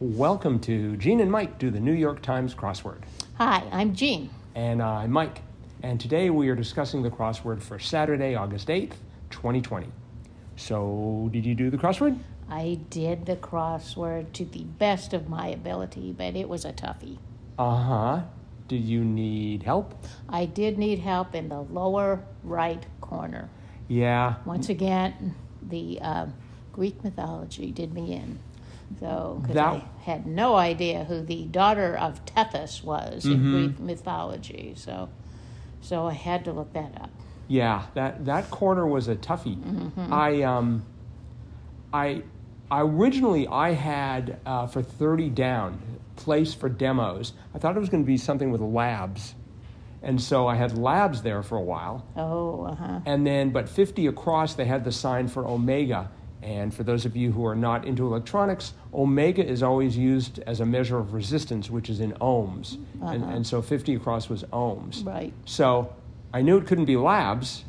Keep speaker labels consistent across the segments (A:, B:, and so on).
A: Welcome to Gene and Mike do the New York Times crossword.
B: Hi, I'm Jean.
A: And uh, I'm Mike. And today we are discussing the crossword for Saturday, August 8th, 2020. So, did you do the crossword?
B: I did the crossword to the best of my ability, but it was a toughie.
A: Uh huh. Did you need help?
B: I did need help in the lower right corner.
A: Yeah.
B: Once again, the uh, Greek mythology did me in. So, because
A: That-
B: I had no idea who the daughter of Tethys was in Greek mythology, so so I had to look that up.
A: Yeah, that that corner was a toughie. I um, I I originally I had uh, for thirty down place for demos. I thought it was going to be something with labs, and so I had labs there for a while.
B: Oh, uh huh.
A: And then, but fifty across, they had the sign for omega. And for those of you who are not into electronics, omega is always used as a measure of resistance, which is in ohms. And, and so 50 across was ohms.
B: Right.
A: So I knew it couldn't be labs.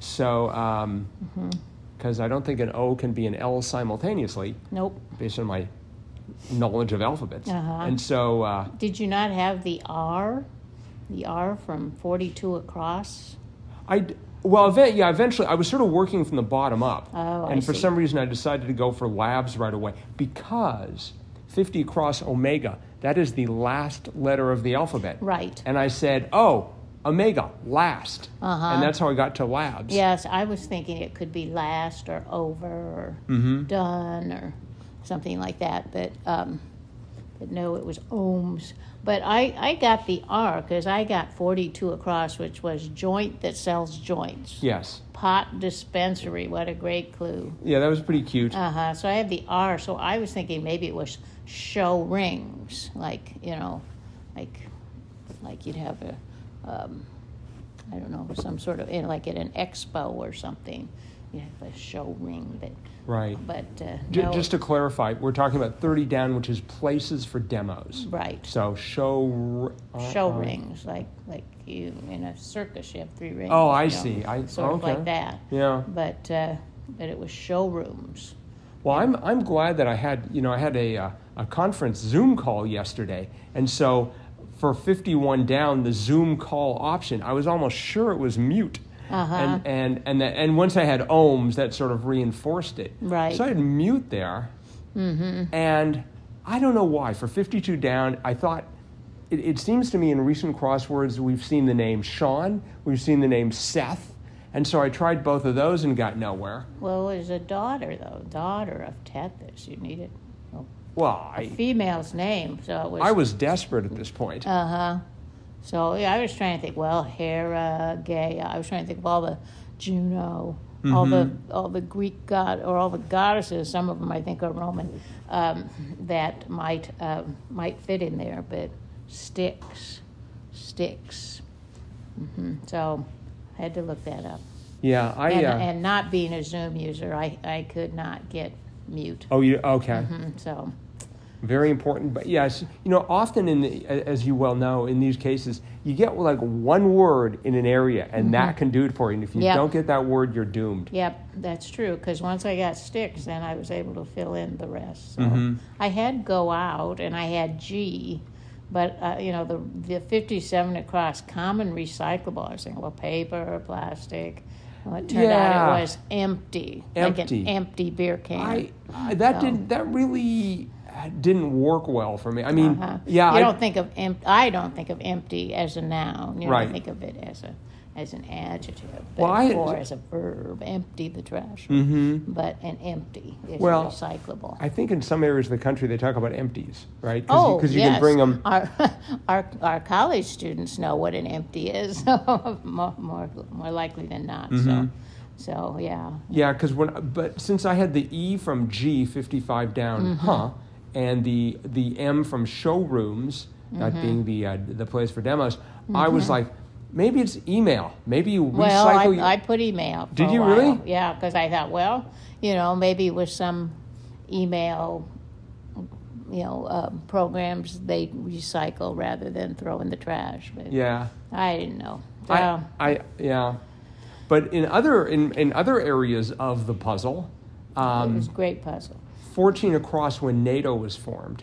A: So, because I don't think an O can be an L simultaneously,
B: Nope.
A: based on my knowledge of alphabets.
B: Uh-huh.
A: And so, uh,
B: Did you not have the R? The R from 42 across?
A: I d- well, event, yeah, eventually I was sort of working from the bottom up,
B: Oh, I
A: and for
B: see.
A: some reason I decided to go for labs right away because fifty across omega that is the last letter of the alphabet,
B: Right.
A: And I said, oh, omega last,
B: Uh-huh.
A: and that's how I got to labs.
B: Yes, I was thinking it could be last or over or done or something like that, but um, but no, it was ohms. But I, I got the R because I got 42 across, which was joint that sells joints.
A: Yes.
B: Pot dispensary, what a great clue.
A: Yeah, that was pretty cute.
B: Uh huh. So I have the R. So I was thinking maybe it was show rings, like you know, like like you'd have a, um, I don't know, some sort of in, like at an expo or something, you have a show ring. But
A: right.
B: but uh,
A: J-
B: no,
A: Just to clarify, we're talking about thirty down, which is places for demos.
B: right.
A: So show. r- uh,
B: show
A: uh,
B: rings, like like you in a circus, you have three rings.
A: Oh, I
B: you know,
A: see. I-
B: sort of
A: okay.
B: like that.
A: Yeah.
B: But uh, but it was showrooms.
A: Well, I'm, I'm glad that I had, you know, I had a, uh, a conference Zoom call yesterday. And so for 51 down, the Zoom call option, I was almost sure it was mute.
B: Uh-huh.
A: And, and, and, that, and once I had ohms, that sort of reinforced it.
B: Right.
A: So I had mute there. Mm-hmm. And I don't know why. For 52 down, I thought, it, it seems to me in recent crosswords, we've seen the name Sean, we've seen the name Seth. And so I tried both of those and got nowhere.
B: Well, it was a daughter though, daughter of Tethys. You Oh, needed. Well,
A: Well, I,
B: female's name. So it was.
A: I was desperate at this point.
B: Uh huh. So yeah, I was trying to think. Well, Hera, Gaia. I was trying to think of all the Juno, all the
A: Mm-hmm.
B: all the Greek god or all the goddesses. Some of them I think are Roman. Um, that might um might fit in there, but sticks, sticks. hmm So I had to look that up.
A: yeah, I.
B: And,
A: uh,
B: and not being a Zoom user, I, I could not get mute.
A: oh, you okay?
B: Mhm, So
A: Very important, but yes, you know, often in the, a- as you well know, in these cases, you get like one word in an area, and that can do it for you. And if you
B: Mm-hmm. Yeah.
A: don't get that word, you're doomed.
B: Yep, that's true. Because once I got sticks, then I was able to fill in the rest. So
A: Mm-hmm.
B: I had go out and I had G, but uh, you know the the fifty seven across common recyclable. I was thinking, well, paper, plastic. Well, it turned out
A: Yeah.
B: it was empty, like
A: Empty.
B: an empty beer can.
A: I, I that
B: So-
A: didn't that really uh, didn't work well for me. I mean,
B: Uh-huh.
A: yeah,
B: you
A: I,
B: don't think of empty. I don't think of empty as a noun. You
A: Right.
B: don't think of it as a as an adjective, but,
A: Well, I- Mm.
B: or as a verb. Empty the trash, but an empty is
A: Well,
B: recyclable.
A: Mm-hmm. I think in some areas of the country they talk about empties, right?
B: Oh,
A: because you,
B: yes.
A: can bring them.
B: Our, our our college students know what an empty is, so more more, more likely than not.
A: Mm-hmm.
B: So, so yeah,
A: Yeah, because when but since I had the E from G fifty five down,
B: Mm-hmm.
A: huh, and the the M from showrooms, not
B: Mm-hmm.
A: being the uh, the place for demos, I was like, maybe it's email. Maybe you recycle.
B: Well, I,
A: your-
B: I put email. For
A: Did
B: a
A: you
B: while.
A: really?
B: Yeah, because I thought, well, you know, maybe with some email, you know, uh, programs they recycle rather than throw in the trash. But
A: yeah,
B: I didn't know. So,
A: I, I yeah, but in other in in other areas of the puzzle,
B: it
A: um,
B: was a great puzzle.
A: 14 across when NATO was formed.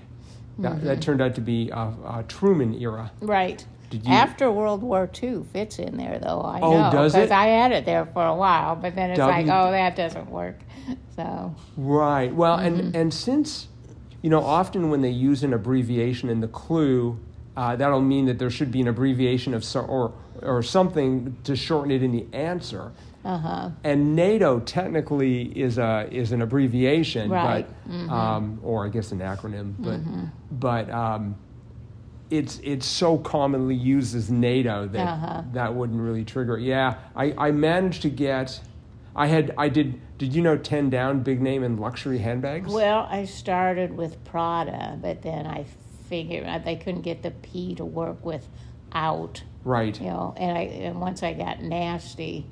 A: That,
B: Mm-hmm.
A: that turned out to be uh, uh, Truman era.
B: Right.
A: Did you-
B: After World War II fits in there though. I
A: Oh,
B: know
A: does
B: because
A: it?
B: I had it there for a while, but then it's like,
A: W-
B: oh, that doesn't work. So
A: Right. Well,
B: Mm-hmm.
A: and and since you know, often when they use an abbreviation in the clue, uh, that'll mean that there should be an abbreviation of so, or or something to shorten it in the answer. Uh-huh. And NATO technically is a is an abbreviation,
B: Right. Mm-hmm.
A: but um, or I guess an acronym, but but um, it's it's so commonly used as NATO that
B: Uh-huh.
A: that wouldn't really trigger. it. Yeah, I, I managed to get, I had I did. Did you know Ten Down, big name in luxury handbags?
B: Well, I started with Prada, but then I figured I- they couldn't get the P to work with out,
A: Right.
B: you know. And I and once I got nasty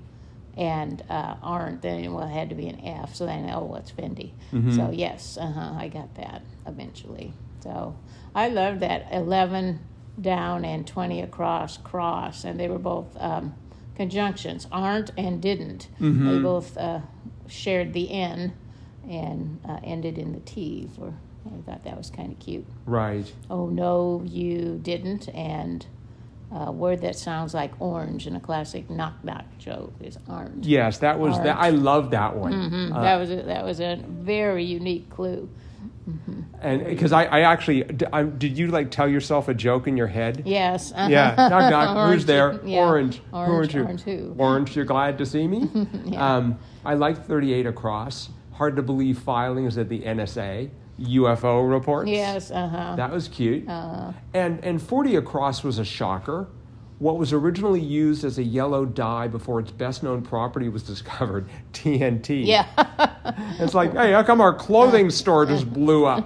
B: and uh, aren't, then it well, it had to be an F. So then, oh, what's Fendi? So yes, uh-huh, I got that eventually. So I loved that eleven down and twenty across cross, and they were both um, conjunctions, aren't and didn't. They both uh, shared the N and uh, ended in the T for. I thought that was kind of cute.
A: Right.
B: Oh no, you didn't. And a word that sounds like orange in a classic knock knock joke is orange.
A: Yes, that was that. I love that one, Uh,
B: that was a, that was a very unique clue.
A: and because I, I actually d I did you like tell yourself a joke in your head?
B: Yes. uh-huh.
A: Yeah, knock knock.
B: Orange,
A: Who's there?
B: yeah.
A: Orange.
B: Orange,
A: you-
B: orange who?
A: Orange. You're glad to see me. um, I like 38 across. Hard to believe filings at the NSA. UFO reports.
B: Yes. Uh huh.
A: That was cute.
B: Uh.
A: and and 40 across was a shocker. What was originally used as a yellow dye before its best known property was discovered, TNT.
B: Yeah. Uh.
A: It's like, hey, how come our clothing store just blew up?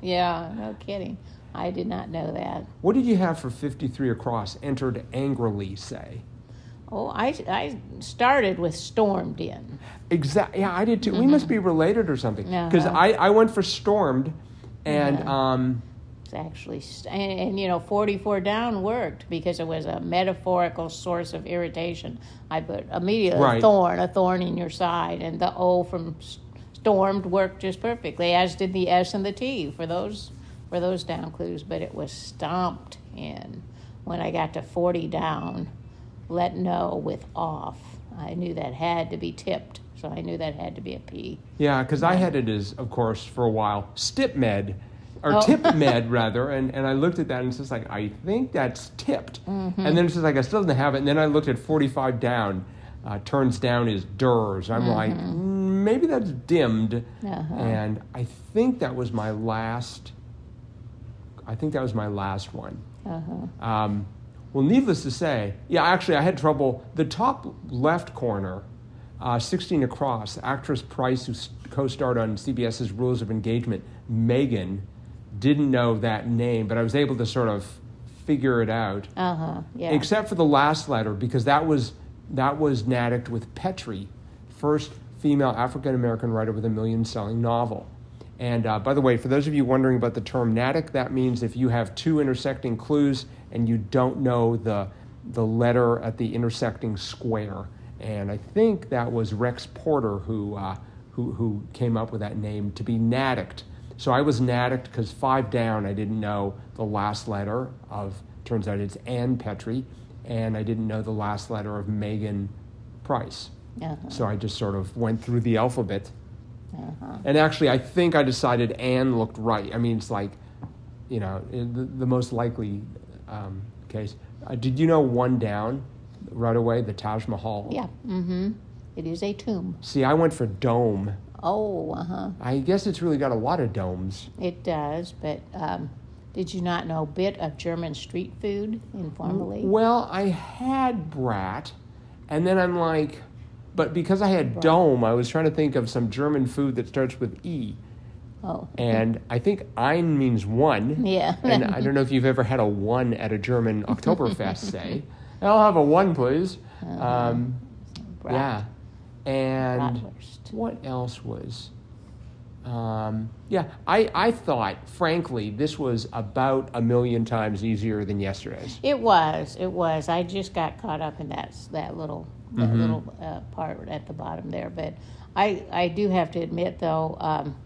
B: yeah. No kidding. I did not know that.
A: What did you have for 53 across? Entered angrily, say.
B: Oh, I, I started with stormed in.
A: Exactly. Yeah, I did too. We must be related or something. Because
B: Mm-hmm. Uh-huh.
A: I, I went for stormed and. Um,
B: It's actually, st- and, and you know, 44 down worked because it was a metaphorical source of irritation. I put immediately
A: Right.
B: a thorn, a thorn in your side, and the O from s- stormed worked just perfectly, as did the S and the T for those for those down clues. But it was stomped in when I got to 40 down. Let know with off. I knew that had to be tipped, so I knew that had to be a P.
A: Yeah, because I had it as, of course, for a while, StipMed, or
B: Oh.
A: tip med rather, and, and I looked at that and it's just like, I think that's tipped. And then it's just like, I still didn't have it. And then I looked at 45 down, uh, turns down is DERS. I'm like, mm, maybe that's dimmed.
B: Uh-huh.
A: And I think that was my last, I think that was my last one.
B: Uh-huh.
A: Um, well, needless to say, yeah, actually, I had trouble. The top left corner, uh, 16 across, actress Price, who s- co starred on CBS's Rules of Engagement, Megan, didn't know that name, but I was able to sort of figure it out,
B: Uh huh. Yeah.
A: except for the last letter, because that was, that was an addict with Petrie, first female African American writer with a million selling novel. And uh, by the way, for those of you wondering about the term NADIC, that means if you have two intersecting clues and you don't know the, the letter at the intersecting square. And I think that was Rex Porter who, uh, who, who came up with that name to be NADICed. So I was NADICed because five down, I didn't know the last letter of, turns out it's Ann Petrie, and I didn't know the last letter of Megan Price.
B: Uh-huh.
A: So I just sort of went through the alphabet.
B: Uh-huh.
A: And actually, I think I decided Anne looked right. I mean, it's like, you know, i- the, the most likely um, case. Uh, did you know one down right away, the Taj Mahal?
B: Yeah. Mm-hmm. It is a tomb.
A: See, I went for dome.
B: Oh, uh huh.
A: I guess it's really got a lot of domes.
B: It does, but um, did you not know bit of German street food
A: Mm,
B: informally?
A: Well, I had brat, and then I'm like, but because I had dome, I was trying to think of some German food that starts with E.
B: Oh,
A: And I think ein means one.
B: yeah.
A: and uh, I don't know if you've ever had a one at a German Oktoberfest, say. I'll have a one, please. Um,
B: Uh, Brat-
A: yeah. And
B: bratwurst.
A: what else was? Um, yeah, I, I thought, frankly, this was about a million times easier than yesterday's.
B: It was. It was. I just got caught up in that that little that
A: Mm-hmm.
B: little uh, part at the bottom there, but I I do have to admit though. Um,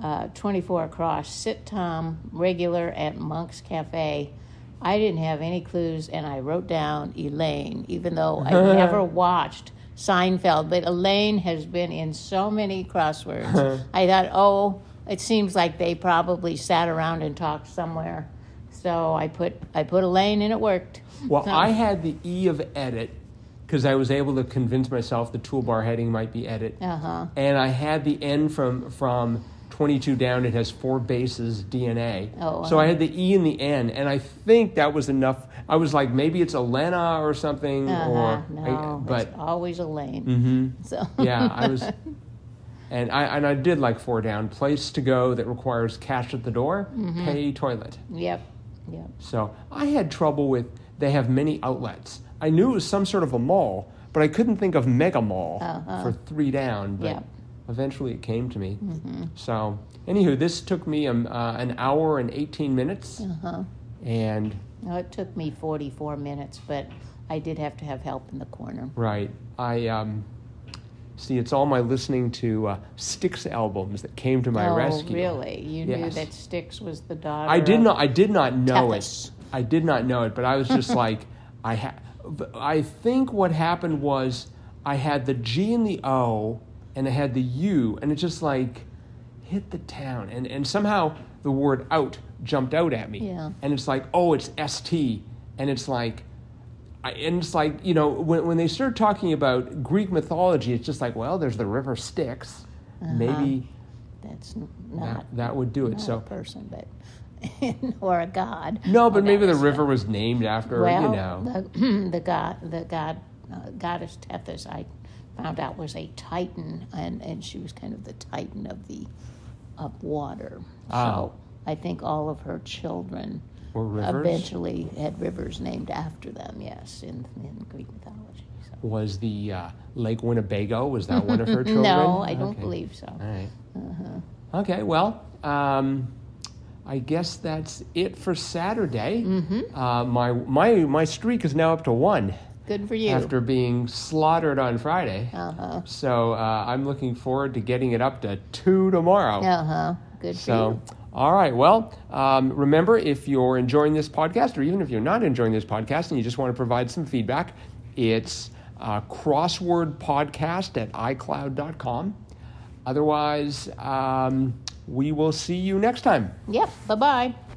B: uh, 24 across, sitcom, regular at Monk's Cafe. I didn't have any clues, and I wrote down Elaine, even though I never watched Seinfeld. But Elaine has been in so many crosswords. I thought, oh, it seems like they probably sat around and talked somewhere. So I put I put Elaine, and it worked.
A: Well,
B: So-
A: I had the E of edit because I was able to convince myself the toolbar heading might be edit.
B: Uh-huh.
A: And I had the N from from 22 down. It has four bases DNA.
B: Oh,
A: so
B: uh-huh.
A: I had the E and the N, and I think that was enough. I was like, maybe it's Elena or something,
B: Uh-huh.
A: or I-
B: No,
A: but Mm-hmm.
B: it's always Elaine. So
A: yeah, I was. And I and I did like four down. Place to go that requires cash at the door,
B: Mm-hmm.
A: pay toilet.
B: yep, yep.
A: So I had trouble with they have many outlets. I knew it was some sort of a mall, but I couldn't think of mega mall
B: Uh-huh.
A: for three down. But
B: Yeah. Mm-hmm.
A: eventually it came to me. So anywho, this took me um, uh, an hour and eighteen minutes,
B: Uh-huh.
A: and
B: No, it took me 44 minutes, but I did have to have help in the corner.
A: right, I um, see it's all my listening to uh, Styx albums that came to my
B: oh,
A: rescue.
B: really? You knew
A: Yes.
B: that Styx was the daughter.
A: I did
B: of-
A: not. I did not know
B: Tethys.
A: it. I did not know it, but I was just like, I ha- I think what happened was I had the G and the O, and I had the U, and it just like hit the town, and and somehow the word out jumped out at me,
B: Yeah.
A: and it's like, oh, it's S T, and it's like. I, and it's like you know when, when they start talking about Greek mythology, it's just like well, there's the river Styx, maybe
B: That's n-
A: Uh-huh. that,
B: not,
A: that would do it.
B: not a
A: So
B: person, but or a god.
A: No, but
B: Or
A: maybe the
B: goddess.
A: river was named after
B: Well,
A: you know.
B: the, the god, the god, uh, goddess Tethys, I found out was a titan, and, and she was kind of the titan of the of water.
A: Ah.
B: So I think all of her children
A: Or rivers
B: eventually had rivers named after them. Yes, in in Greek mythology. So.
A: was the uh, Lake Winnebago. Was that one of her children?
B: No, I don't
A: Okay.
B: believe Uh-huh. so.
A: All right. Okay. Well, um, I guess that's it for Saturday.
B: Mm-hmm.
A: Uh, my my my streak is now up to one
B: Good for you.
A: after being slaughtered on Friday.
B: uh-huh.
A: So uh, I'm looking forward to getting it up to two tomorrow.
B: Uh-huh. Good for you.
A: So, all right. Well, um, remember if you're enjoying this podcast, or even if you're not enjoying this podcast and you just want to provide some feedback, it's uh, crosswordpodcast at iCloud.com. Otherwise, um, we will see you next time.
B: Yep. Bye-bye.